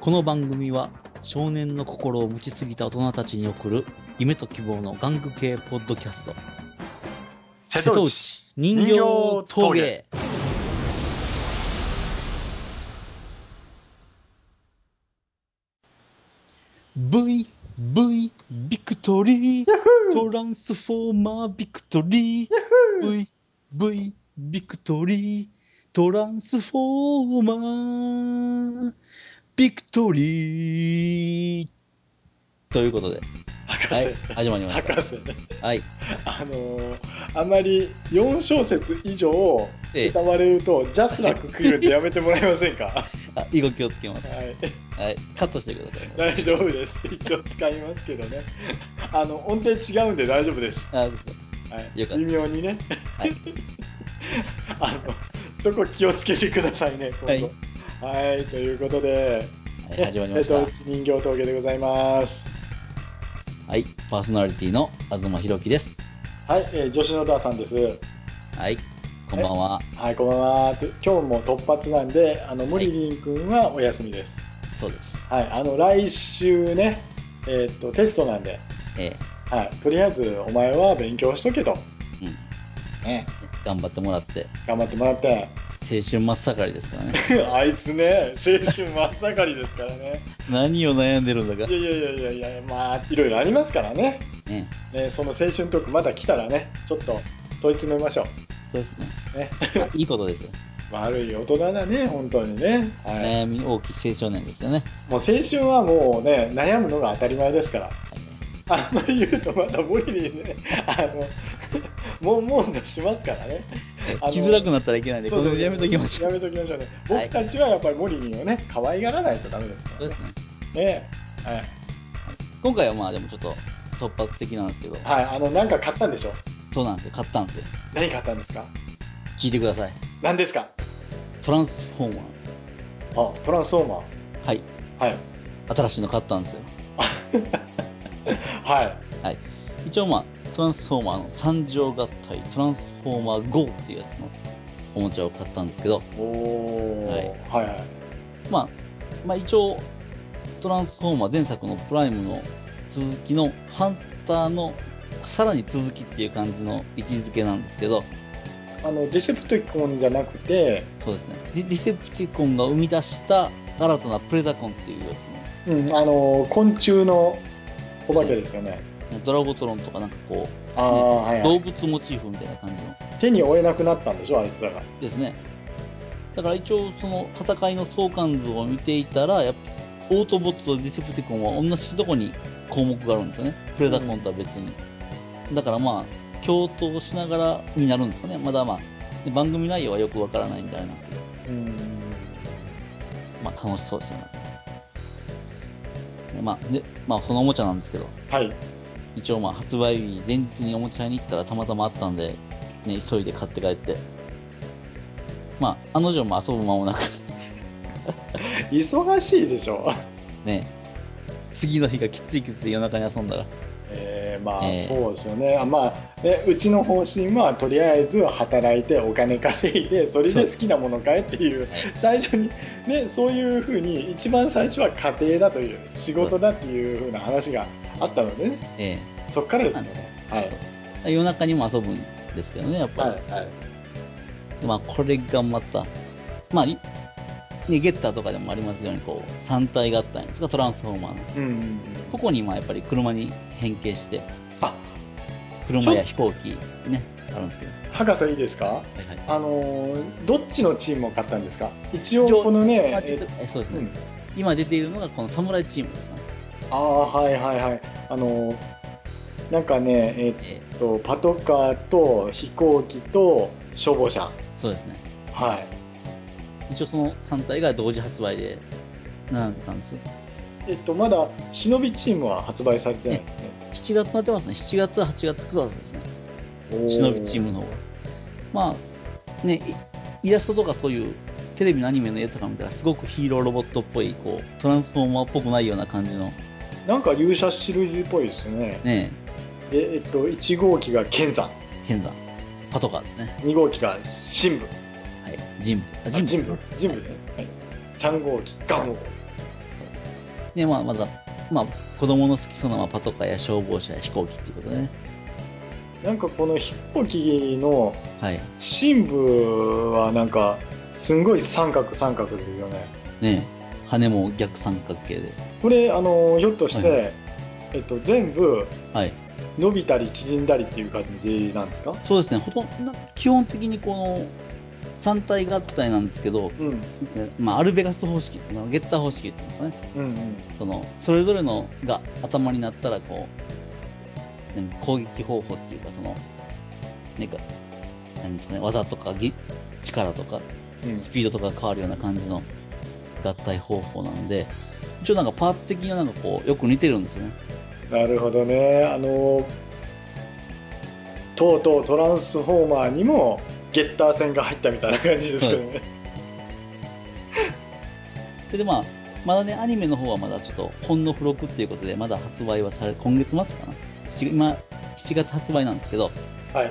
この番組は少年の心を持ちすぎた大人たちに送る夢と希望の玩具系ポッドキャスト瀬戸内。人人形形陶陶芸芸ブ V ビクトリートランスフォーマービクトリー V V ビクトリートランスフォーマービクトリーということで、博はい、士。始まりまし博士。た。はい。あのー、あまり4小節以上ええ歌われると、ジャスラック来るってやめてもらえませんか はあ、以後気をつけます。い。はい。カットしてください。大丈夫です。一応使いますけどね。あの、音程違うんで大丈夫です。あ、ですねはい。よかった微妙にね。はい あの、そこ気をつけてくださいね、今後。はい、ということで、はい、始まりました瀬戸。内人形峠でございます。はい。パーソナリティの東博樹です。はい、えー、女子のダーさんです。はい。こんばんは。はい、こんばんは。と今日も突発なんで、あの、モリリン君はお休みです。そうです。はい、あの、来週ね、えーっと、テストなんで、えはい、とりあえず、お前は勉強しとけと。えうん。ね、頑張ってもらって、頑張ってもらって。 青春真っ盛りですからね。あいつね、青春真っ盛りですからね。 何を悩んでるんだいか。やいやいやいやいや、まあ、いろいろありますからね。ね。ね、その青春トークまだ来たらね、ちょっと問い詰めましょそうですね。う。ね、あいいこと ですよ。悪い大人だね、本当にね。はい。悩み大きい青少年ですよね。もう青春はもうね、悩むのが当たり前ですから。あんまり言うとまた無理にね、あの、 もんもんとしますからね。あの来づらくなったらいけないんで、こそうそうれでやめときましょう。やめときましょうね。はい僕たちはやっぱりモリリンをね、可愛がらないとダメですかそうらでねす。ね。ねはい。今回はまあでもちょっと突発的なんですけど、はい、あの、なんか買ったんでしょそうなんですよ。買ったんですよ。何買ったんですか聞いてください。何ですかトランスフォーマあ、トランスフォーマー。はい。ー。はい。新しいの買ったんですよ。はい。はい。一応まあ、トランスフォーマーの三条合体、トランスフォーマー GO っていうやつのおもちゃを買ったんですけど、おー。はいはいはい。まあ、まあ一応、トランスフォーマー前作のプライムの続きのハンターのさらに続きっていう感じの位置づけなんですけど、あの、ディセプティコンじゃなくて、そうですね。ディディセプティコンが生み出した新たなプレダコンっていうやつうん、あの、昆虫のお化けですよね。の、ドラゴトロンとかなんかこああ、はう、い、は動い。物モチーフみたいな感じの手に負えなくなったんでしょ、あいつらが。ですね。だから一応その戦いの相関図を見ていたら、やっぱオートボットとディセプティコンは同じとこに項目があるんですよね。プレダコンとは別に。だからまあ、共闘しながらになるんですかね。まだまあ、で番組内容はよくわからないんであれなんですけど、うん。まあ楽しそうですよね。でまあ、で、まあそのおもちゃなんですけど、はい。一応まあ発売日前日におもちゃ屋に行ったらたまたまあったんで、ね、急いで買って帰って、まあ、案の定も遊ぶ間もなく忙しいでしょ。ね次の日がきついきつい夜中に遊んだら、 えー、まあ、えーそうですよね。あまあ、ね、うちの方針は、とりあえず働いてお金稼いで、それで好きなもの買えっていう、最初に、ね、そういうふうに、一番最初は家庭だという、仕事だっていうふうな話があったのでね、えそっからですよね。はい。え夜中にも遊ぶんですけどね、やっぱり。はい。はい。まあ、これがまた、まあ、いね、ゲッターとかでもありますように、こう、3体があったんですが、トランスフォーマーの。うんうんうん。ここに、まあ、やっぱり車に変形して、あ、車や飛行機、ね、あるんですけど。博士いいですかはいはい。あのーどっちのチームを買ったんですか一応一応このまねあ、え出てえそうですうね、ん今出ているのが、この侍チームですね。ああはいはいはいあのーなんかねええっとパトカーと飛行機と消防車えそうですね。はい一応、その3体が同時発売で、並んでたんです。えっとまだ忍びチームは発売されてないですね 7月になってますね。7月、8月、9月ですね。おー忍びチームの方が。まあ、ね、イイラストとかそういうテレビのアニメの絵とか見たらすごくヒーローロボットっぽい、こう、トランスフォーマーっぽくないような感じの、なんか勇者シリーズっぽいですねね、でえっと1号機が剣山剣山、パトカーですね。 2号機が神武はい。ジンブ。ああジンブです神ね武神武ね、はい、3号機ガンモそうで、まあ、まだ、まあ、子供の好きそうな、まあ、パトカーや消防車や飛行機っていうことでね。なんかこの飛行機のはい。深部はなんかすんごい三角三角ですよねねえ羽も逆三角形で。これあのひょっとして、はえっと、全部はい。伸びたり縮んだりっていう感じなんですかそうですね。ほとんど、な基本的にこの、三体合体なんですけど、うんうんまあ、アルベガス方式っていうのはゲッター方式っていうんですかね。うんその、それぞれのが頭になったら、こう、何攻撃方法っていうか、その、なんか、何ですかね、技とかぎ、力とか、うんスピードとかが変わるような感じの合体方法なので、一応なんかパーツ的にはなんかこう、よく似てるんですね。なるほどねあのとうとうトランスフォーマーにもゲッター線が入ったみたいな感じですけどね、それでまあ、まだね、アニメの方はまだちょっと、ほんの付録っていうことで、まだ発売はされ、今月末かな ?7、今、7月発売なんですけど、はい、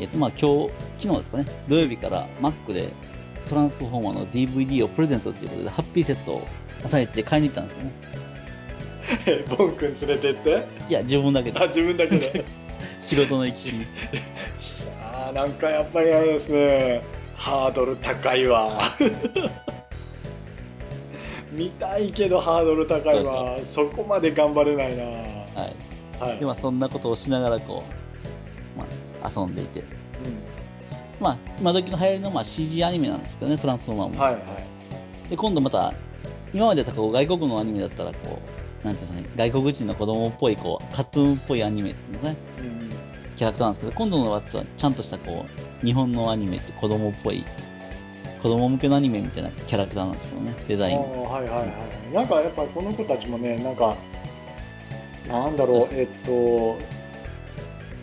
えっ、とまあ今日、昨日ですかね、土曜日から Mac で、トランスフォーマーの DVD をプレゼントということで、ハッピーセットを朝一で買いに行ったんですよね。 ボン君連れてっていや、自分だけあで自分だけです。仕事の行き来に。あーなんかやっぱりあれですねハードル高いわ 見たいけどハードル高いわそこまで頑張れないなはい。はいで、まあそんなことをしながらこう、まあ遊んでいて。まあ、今時の流行りのまあ CG アニメなんですけどね、トランスフォーマーうも。ん、はいはいで、今度また、今までだとこう外国のアニメだったら、こう、なんていうんですかね、外国人の子供っぽい、こう、カトゥーンっぽいアニメっていうのがね、うんうんキャラクターなんですけど、今度のやつはちゃんとしたこう、日本のアニメって子供っぽい、子供向けのアニメみたいなキャラクターなんですけどね、デザイあン。ーはいはいはいなんかやっぱりこの子たちもねなんかなんだろうえっと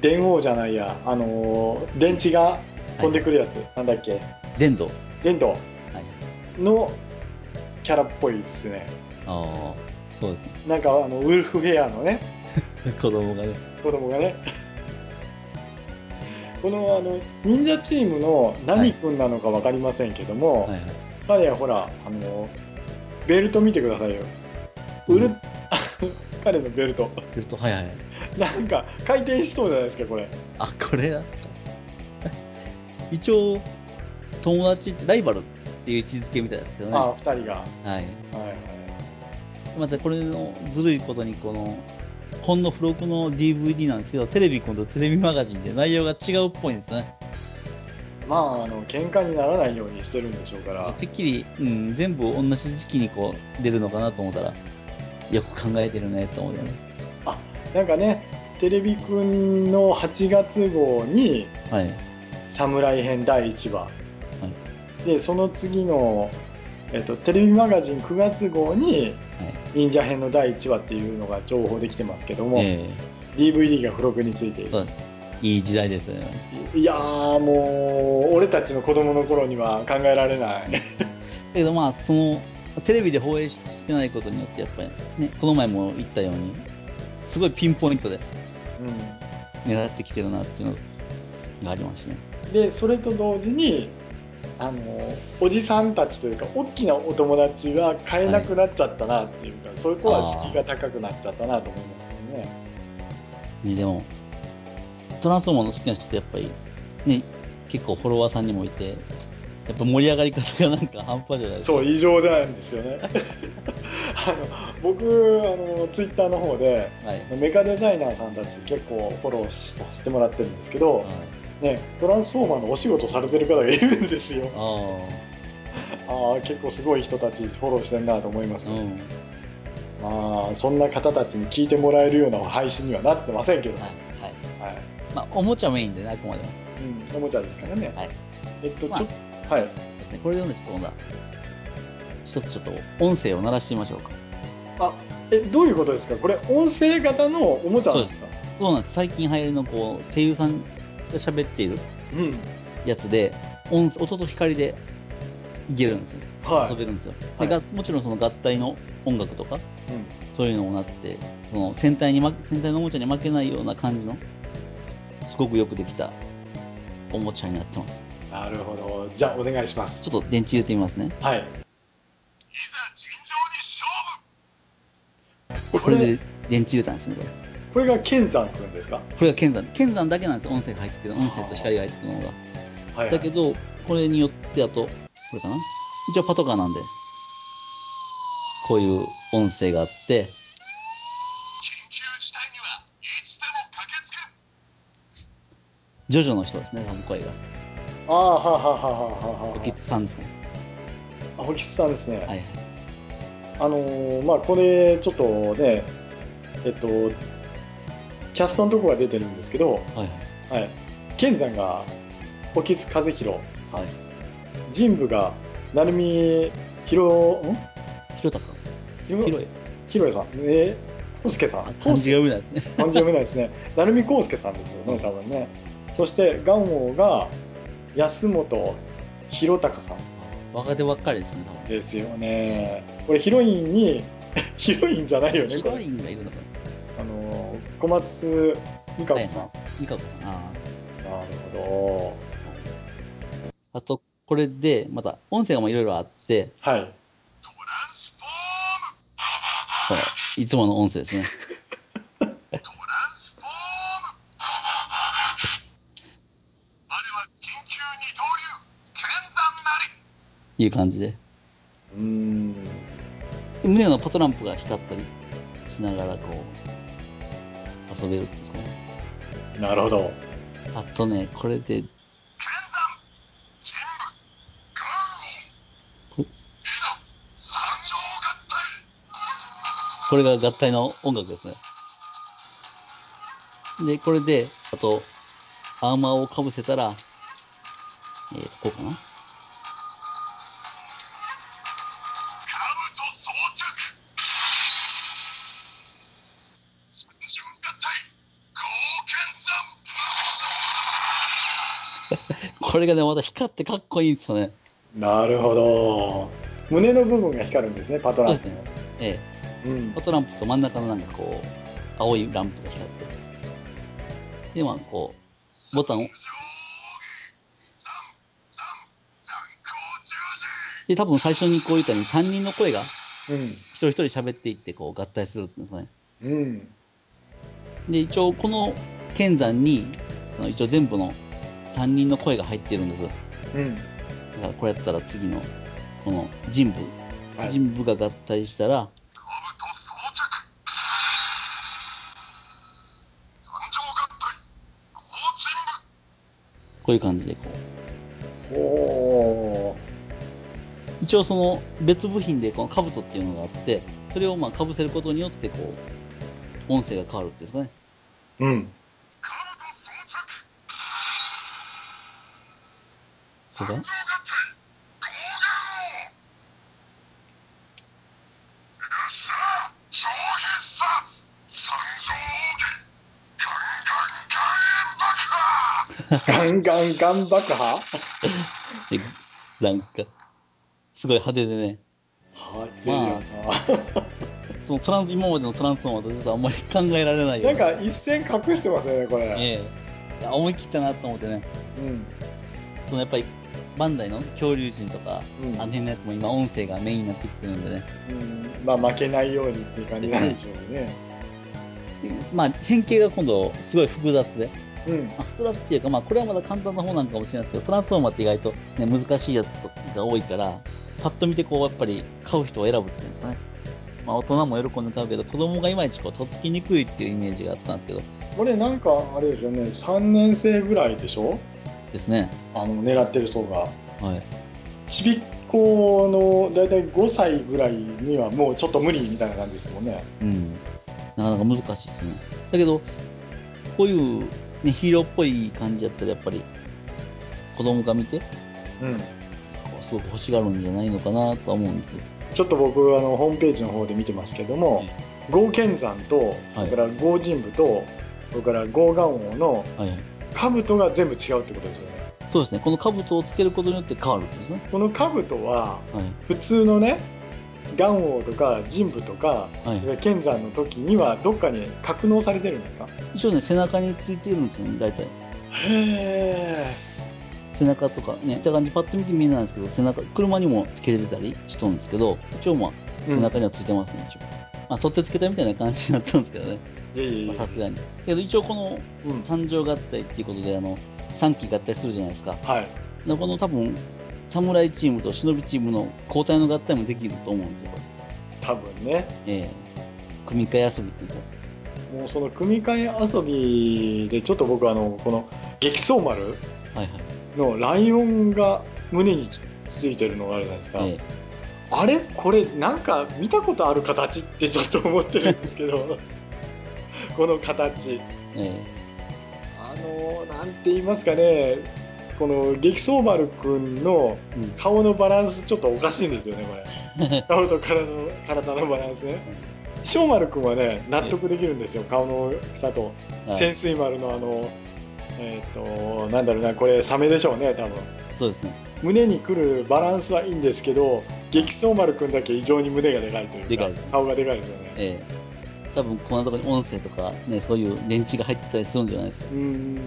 電王じゃないやあのー電池が飛んでくるやつ、なんだっけ電動。は電動い。のキャラっぽいですねああ、そうですね。なんかあのウルフヘアのね子供がね。子供がね このあの忍者チームの何君なのか分かりませんけども、はいはい。彼はほらあのベルト見てくださいよウル、うん 彼のベルト すると、はいはい。なんか回転しそうじゃないですかこれあ、これだった。一応、友達って、ライバルっていう位置づけみたいですけどね。ああ2人が、ははい。いはい、またこれのずるいことにこのほんの付録の DVD なんですけどテレビ今度テレビマガジンで内容が違うっぽいんですねまああの喧嘩にならないようにしてるんでしょうからてっきり、うん、全部同じ時期にこう出るのかなと思ったらよく考えてるねと思ってねあなんかねテレビくんの8月号にはい侍編第1話、でその次の、えっと、テレビマガジン9月号に忍者編の第1話っていうのが情報できてますけども、え DVD が付録についていそるういい時代ですねいやーもう俺たちの子供の頃には考えられないだけどまあそのテレビで放映してないことによってやっぱりねこの前も言ったようにすごいピンポイントでうん狙ってきてるなっていうのがありましたねでそれと同時にあのおじさんたちというか大きなお友達は買えなくなっちゃったなっていうか、そういう子は敷居が高くなっちゃったなと思いますけどねね、でも、トランスフォーマーの好きな人ってやっぱり、ね、結構フォロワーさんにもいて、やっぱ盛り上がり方がなんか半端じゃないですか。そう異常なんです よねあの僕あのツイッターの方ではい。メカデザイナーさんたち結構フォローししてもらってるんですけど、はいね、トランスフォーマーのお仕事されてる方がいるんですよあああ結構すごい人たちフォローしてんなと思いますあ、うね、ん。まあそんな方たちに聞いてもらえるような配信にはなってませんけど、は。はいはい。いまあ、おもちゃメインでね、あくまでも。うん、おもちゃですからね、はいえっと、まあちょはいですね。これでね、ちょっと今度は、一つちょっと音声を鳴らしてみましょうか。あえどういうことですかこれ音声型のおもちゃなんですかそうなんです。最近流行りのこう、声優さんが喋っているうんやつで、音、音と光でいけるんですよ。遊はべるんですよ。ではいがもちろんその合体の音楽とか、い、うん、そういうのもなって、その戦隊に負け、戦隊のおもちゃに負けないような感じの、すごくよくできたおもちゃになってます。なるほどじゃあお願いしますちょっと電池入れてみますね。はいこれで電池入れたんですね、これ。これが剣山くんですかこれが剣山。剣山だけなんですよ、音声が入ってる。音声と光が入ってるのが。はい、はだけい。ど、これによって、あと、これかな一応パトカーなんで、こういう音声があって、ジョジョの人ですね、多分声が。ああ、はあはあはあはあはおきつさんですね。あ。あ、ホキスさんですね。はいはい。あのーまあこれちょっとねえっとキャストのとこが出てるんですけど、はいはい、健山が興津和弘さん、はい神武が成海博んはい。ひろたか。広ひろい。広江さんえー、康介さん漢康字介が読めないですね。 漢字読めないですね成海康介さんですよね多分ねそしてガンモが安本博隆さん若手ばっかりですね、多分。ですよねこれヒロインに ヒロインじゃないよねヒこれロインがいるのかなあの小松美香は子いさん、美香子さん。あなるほあ。あと、これで、また、音声がいろいろあって、どはいほらいつもの音声ですね。いう感じで。うーん胸のパトランプが光ったりしながら、こう、遊べるんですね。なるほどあとね、これで。これが合体の音楽ですね。で、これで、あと、アーマーをかぶせたら、えー、こうかな。これがね、また光ってかっこいいんですよね。なるほど胸の部分が光るんですねパトランプのそうええうんパトランプと真ん中のなんかこう、青いランプが光って。で、まあこう、ボタンを。で、多分最初にこう言ったように3人の声がうん一人一人喋っていってこう合体するんですね。うんで、一応この剣山に、あの一応全部の3人の声が入ってるんです。だうんからこれやったら次の、この人部、はい人部が合体したら、こういう感じでこう。ほ一応その別部品でこの兜っていうのがあって、それをまあ被せることによってこう、音声が変わるっていうんですかね。ううんこれがガンガンガン爆破でなんか、すごい派手でね、はてよそのトランス、今までのトランスフォーマーとちょっとあんまり考えられないよなう なんか一線隠してますよねこれ、ええいや思い切ったなと思ってね、うんそのやっぱり、バンダイの恐竜人とか、うんあの辺のやつも今音声がメインになってきてるんでね、うん、まあ負けないようにっていう感じなんでしょうねまあ変形が今度すごい複雑で、うんまあ、複雑っていうか、まあ、これはまだ簡単な方なんかもしれないですけど、トランスフォーマーって意外と、ね、難しいやつが多いから、パッと見てこう、やっぱり買う人を選ぶっていうんですかね。まあ、大人も喜んで買うけど、子供がいまいちこう、とっつきにくいっていうイメージがあったんですけど、これなんかあれですよね3年生ぐらいでしょですね。あの狙ってる層がはい。ちびっ子の大体5歳ぐらいにはもうちょっと無理みたいな感じですもんねうん。なかなか難しいですね。だけど、こういう、ね、ヒーローっぽい感じやったら、やっぱり、子供が見て、うんすごく欲しがるんじゃないのかなとは思うんです。ちょっと僕あのホームページの方で見てますけども郷健山とそれから郷神武とそれから郷岩王のはいはい。兜が全部違うってことですよねそうですね。この兜をつけることによって変わるんですね。この兜ははい。普通のね岩王とか神武とかはいそれから健山の時にはどっかに格納されてるんですか一応ね、背中についてるんですよね、大体。へ背中とかね、見た感じ、パッと見て見えないんですけど、背中、車にもつけてたりしとるんですけど、一応まあ、え、背うん中にはついてますね、一応。まあ、取ってつけたみたいな感じになったんですけどね、いやいまやあいさやすがに。けど一応このうん三条合体っていうことで、あの、三機合体するじゃないですか。はいでこの多分、侍チームと忍チームの交代の合体もできると思うんですよ、こ多分ねれ。ええ組み替え遊びっていうんですよ。もうその組み替え遊びでちょっと僕あのこの激走丸はいはい。のライオンが胸についてるのがあるじゃないですか、えあれこれなんか見たことある形ってちょっと思ってるんですけど この形ええあのなんて言いますかねこの激走丸くんのえうん。顔のバランスちょっとおかしいんですよねこれ 顔と体の体のバランスね翔丸くんはね納得できるんですよ顔の大きさとはい潜水丸のあのえっ、となんだろうなこれサメでしょうね多分そうですね。胸にくるバランスはいいんですけど激走丸くんだけ異常に胸がでかいというかでかいですね顔がでかいですよね、ええ多分こんなところに音声とか、ね、そういう電池が入ってたりするんじゃないですか。うーん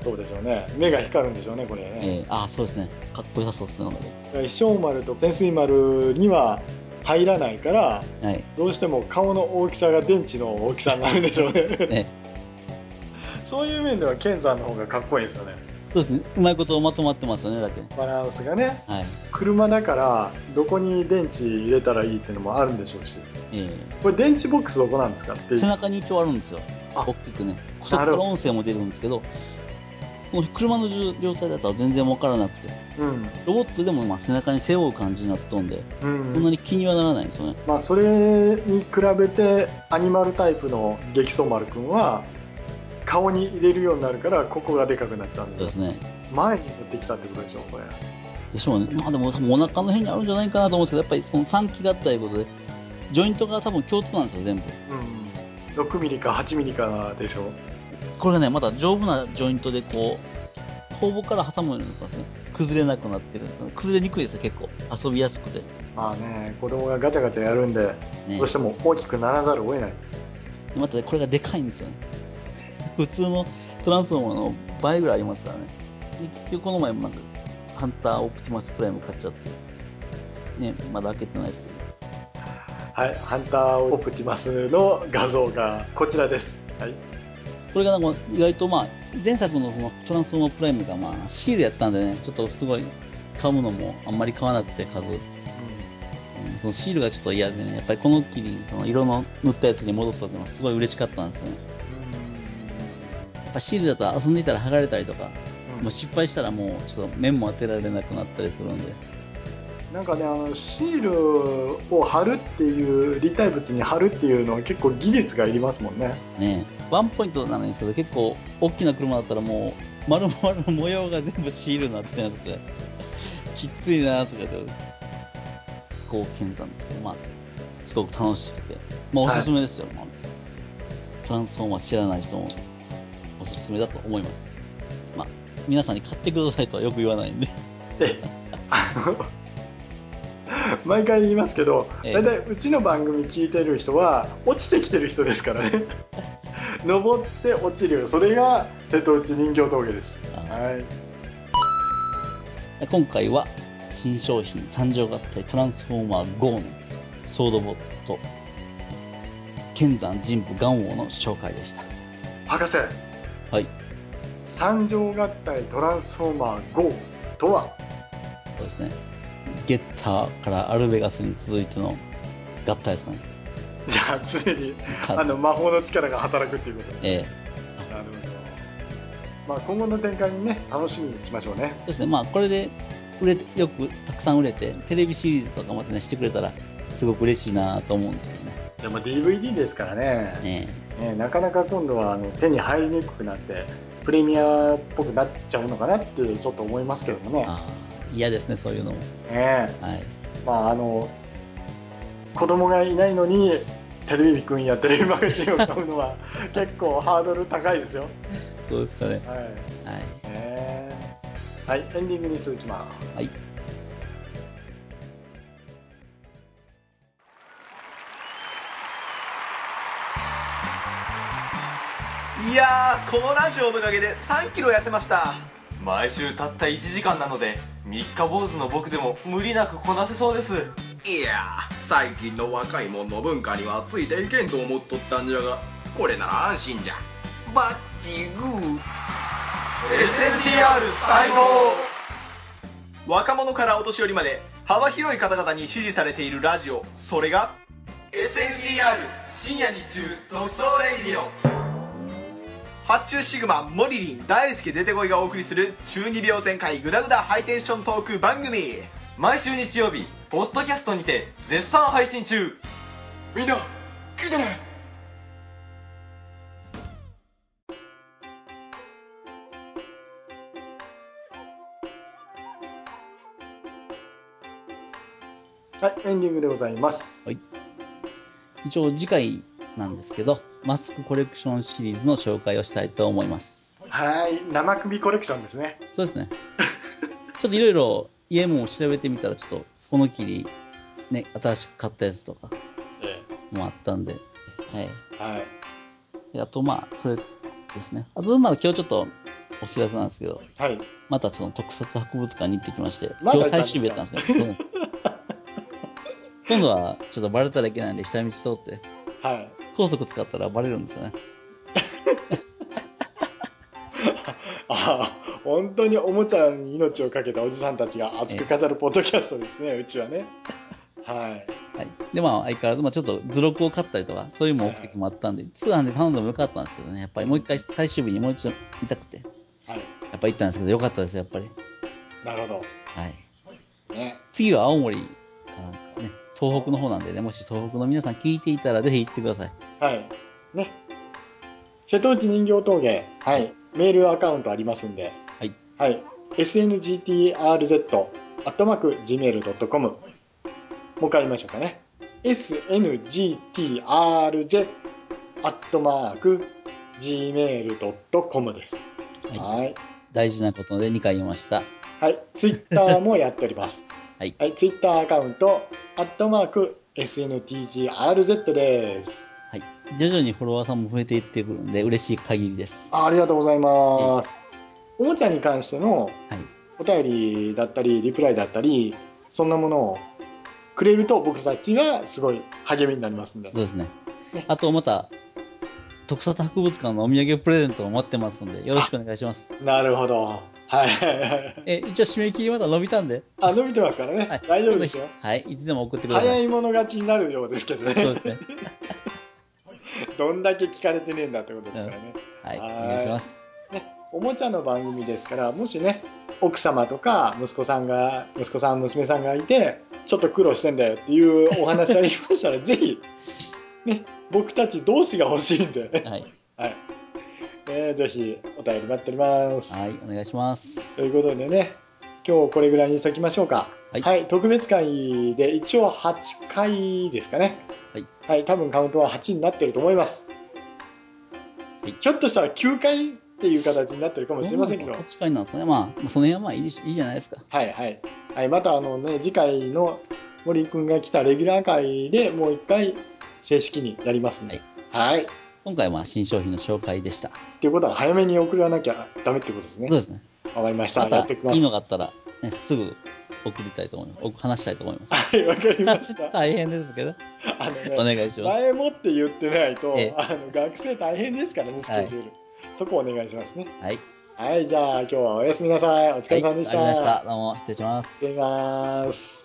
そうでしょうね目が光るんでしょうねこれねええああ、そうですね。かっこよさそうですね、なんかね飛翔丸と潜水丸には入らないからはい。どうしても顔の大きさが電池の大きさになるんでしょうねね そういう面ではケンさんの方がかっこいいですよねそうですね。うまいことまとまってますよね、だけ。バランスがねはい。車だからどこに電池入れたらいいっていうのもあるんでしょうしえこれ電池ボックスどこなんですかってえいう背中に一応あるんですよ。あ大きくね。そこかなるらほど音声も出るんですけど、もう車の状態だったら全然わからなくて、うんロボットでもまあ背中に背負う感じになっとんで、うんそんなに気にはならないんですよね。まあ、それに比べてアニマルタイプの激走丸くんは顔に入れるようになるからここがでかくなっちゃうんそうでですね。前に持ってきたってことでしょこれでしょうね。まあでも多分お腹の辺にあるんじゃないかなと思うんですけど、やっぱりその3機があったということで、ジョイントが多分共通なんですよ、全部。うん6ミリか8ミリかでしょこれがね、まだ丈夫なジョイントでこう、頬棒から挟むようになったんですね。崩れなくなってるんですよね。崩れにくいですよ、結構。遊びやすくて。まあね子供がガチャガチャやるんでねどうしても大きくならざるを得ないでまたねこれがでかいんですよね 普通のトランスフォーマーの倍ぐらいありますからねで結局この前もなんかハンターオプティマスプライム買っちゃってねまだ開けてないですけどはいハンターオプティマスの画像がこちらですはいこれがなんか意外とまあ前作のそのトランスフォーマープライムがまあシールやったんでねちょっとすごい買うのもあんまり買わなくて数、うんそのシールがちょっと嫌でねやっぱりこの機にその色の塗ったやつに戻ったってのはすごい嬉しかったんですよねやっぱシールだと遊んでいたら剥がれたりとかうんもう失敗したらもうちょっと面も当てられなくなったりするんでなんかねあのシールを貼るっていう立体物に貼るっていうのは結構技術がいりますもんねねワンポイントなのにですけど結構大きな車だったらもう丸々模様が全部シールになってなくて きついなとかで貢献なんですけどまあすごく楽しくてまあおすすめですよ、まあ、トランスフォーマー知らない人もおすすめだと思いますまあ皆さんに買ってくださいとはよく言わないんでええあの毎回言いますけどええ大体うちの番組聞いてる人は落ちてきてる人ですからね 登って落ちるそれが瀬戸内人形峠ですあはいー今回は新商品三条合体トランスフォーマー GO のソードボット剣山神武元王の紹介でした博士はい三条合体トランスフォーマー GO とはそうですね。ゲッターからアルベガスに続いての合体ですかね。じゃあ常にかあの魔法の力が働くっていうことですねえなるほど。まあ今後の展開にね楽しみにしましょうねえ。ですね。まあ、これで売れて、よくたくさん売れて、テレビシリーズとかまでね、してくれたら、すごく嬉しいなと思うんですけどね。でも DVD ですからね。ねねなかなか今度はあの手に入りにくくなってプレミアっぽくなっちゃうのかなってちょっと思いますけどもえ。ね。ああ、嫌ですね、そういうのも。ねはい。まああの子供がいないのにテレビくんやテレビマガジンを買うの は結構ハードル高いですよ。そうですかね。はい。はい。ねはいエンディングに続きます。はいいやーこのラジオのおかげで3キロ痩せました毎週たった1時間なので3日坊主の僕でも無理なくこなせそうですいやー最近の若いもんの文化にはついていけんと思っとったんじゃがこれなら安心じゃバッチグー SFTR 最高若者からお年寄りまで幅広い方々に支持されているラジオそれが SFTR 深夜日中特捜レイディオ発注シグマモリリン大輔出てこいがお送りする中二病全開グダグダハイテンショントーク番組毎週日曜日ポッドキャストにて絶賛配信中みんな聞いてねはい、エンディングでございます。一応次回なんですけど、マスクコレクションシリーズの紹介をしたいと思います。はい、生首コレクションですね。そう ですね。ちょっといろいろ家も調べてみたら、ちょっとこのきり、ね、新しく買ったやつとかえもあったんで、はい。えはい。であと、まあ、それですね。あと、まあ、今日ちょっとお知らせなんですけど、はい。またその特撮博物館に行ってきまして、ま今だ行日ったんで最終日やったんですけすかど、そうなんです。今度はちょっとバレたらいけないんで、下道通って、はい。高速使ったらバレるんですよね。 ああ、本当におもちゃに命をかけたおじさんたちが熱く語るポッドキャストですね、うちはね。はい。はい。で、まあ、相変わらず、まあ、ちょっと図録を買ったりとか、そういう目的もあったんで、通販で頼んでもよかったんですけどね、やっぱりもう一回最終日にもう一度見たくて、はい。やっぱ行ったんですけど、よかったですよ、やっぱり。なるほはい。ど。ね。次は青森かなんかね、東北の方なんでね、もし東北の皆さん聞いていたら、ぜひ行ってください。はい。ね。瀬戸内人形峠、はい。メールアカウントありますんで、はい。はい。sngtrz、アットマーク、gmail.com。もう一回言いましょうかね。sngtrz、アットマーク、gmail.com です。はいはい。大事なことで2回言いました。はい。ツイッターもやっております。 はいはい。ツイッターアカウント、アットマーク、sntrz です。はい。徐々にフォロワーさんも増えていってくるんで、嬉しい限りです。あありがとうございます。おもちゃに関してのはい。お便りだったり、リプライだったり、そんなものをくれると僕たちがすごい励みになりますんでそ。うですねね。あと、また、特撮博物館のお土産プレゼントも待ってますので、よろしくお願いします。なるほど。はい はいはい。え、一応締め切りまだ伸びたんで。あ、伸びてますからね。はい大丈夫ですよ。はい。いつでも送ってくださ早い。い者勝ちになるようですけどそうねで。すね。 どんだけ聞かれてねえんだってことですからね。はい。おはい願いします。ね、おもちゃの番組ですからもしね奥様とか息子さんが息子さん娘さんがいてちょっと苦労してんだよっていうお話あり ましたらぜひ、ね、僕たち同士が欲しいんで、はい。はいね、ぜひお便り待っております。はい。お願いします。ということでね今日これぐらいにしときましょうか。はい特別会で一応8回ですかね。はい、多分カウントは8になってると思います。はいひょっとしたら9回っていう形になってるかもしれませんけど。 8回なんですかね。まあ、その辺はまあいいでしいいじゃないですか。はいはい。はい、またあのね、次回の森くんが来たレギュラー会でもう一回正式にやりますね。はい。今回は新商品の紹介でした。っていうことは早めに送らなきゃダメってことですねそう。ですね。わかりました。またやっていきます。いのがあったら、ね、すぐ送りたいと思います。お話したいと思いまはい、わかりましす。た。大変ですけど、あ おのね、願いします。前もって言ってないと、ええあの学生大変ですからね、スケジュール。そこお願いしますね。はい。はい、じゃあ今日はおやすみなさい。お疲れはい、あり様がでしとた。うございました。どうも、失礼します失。礼します。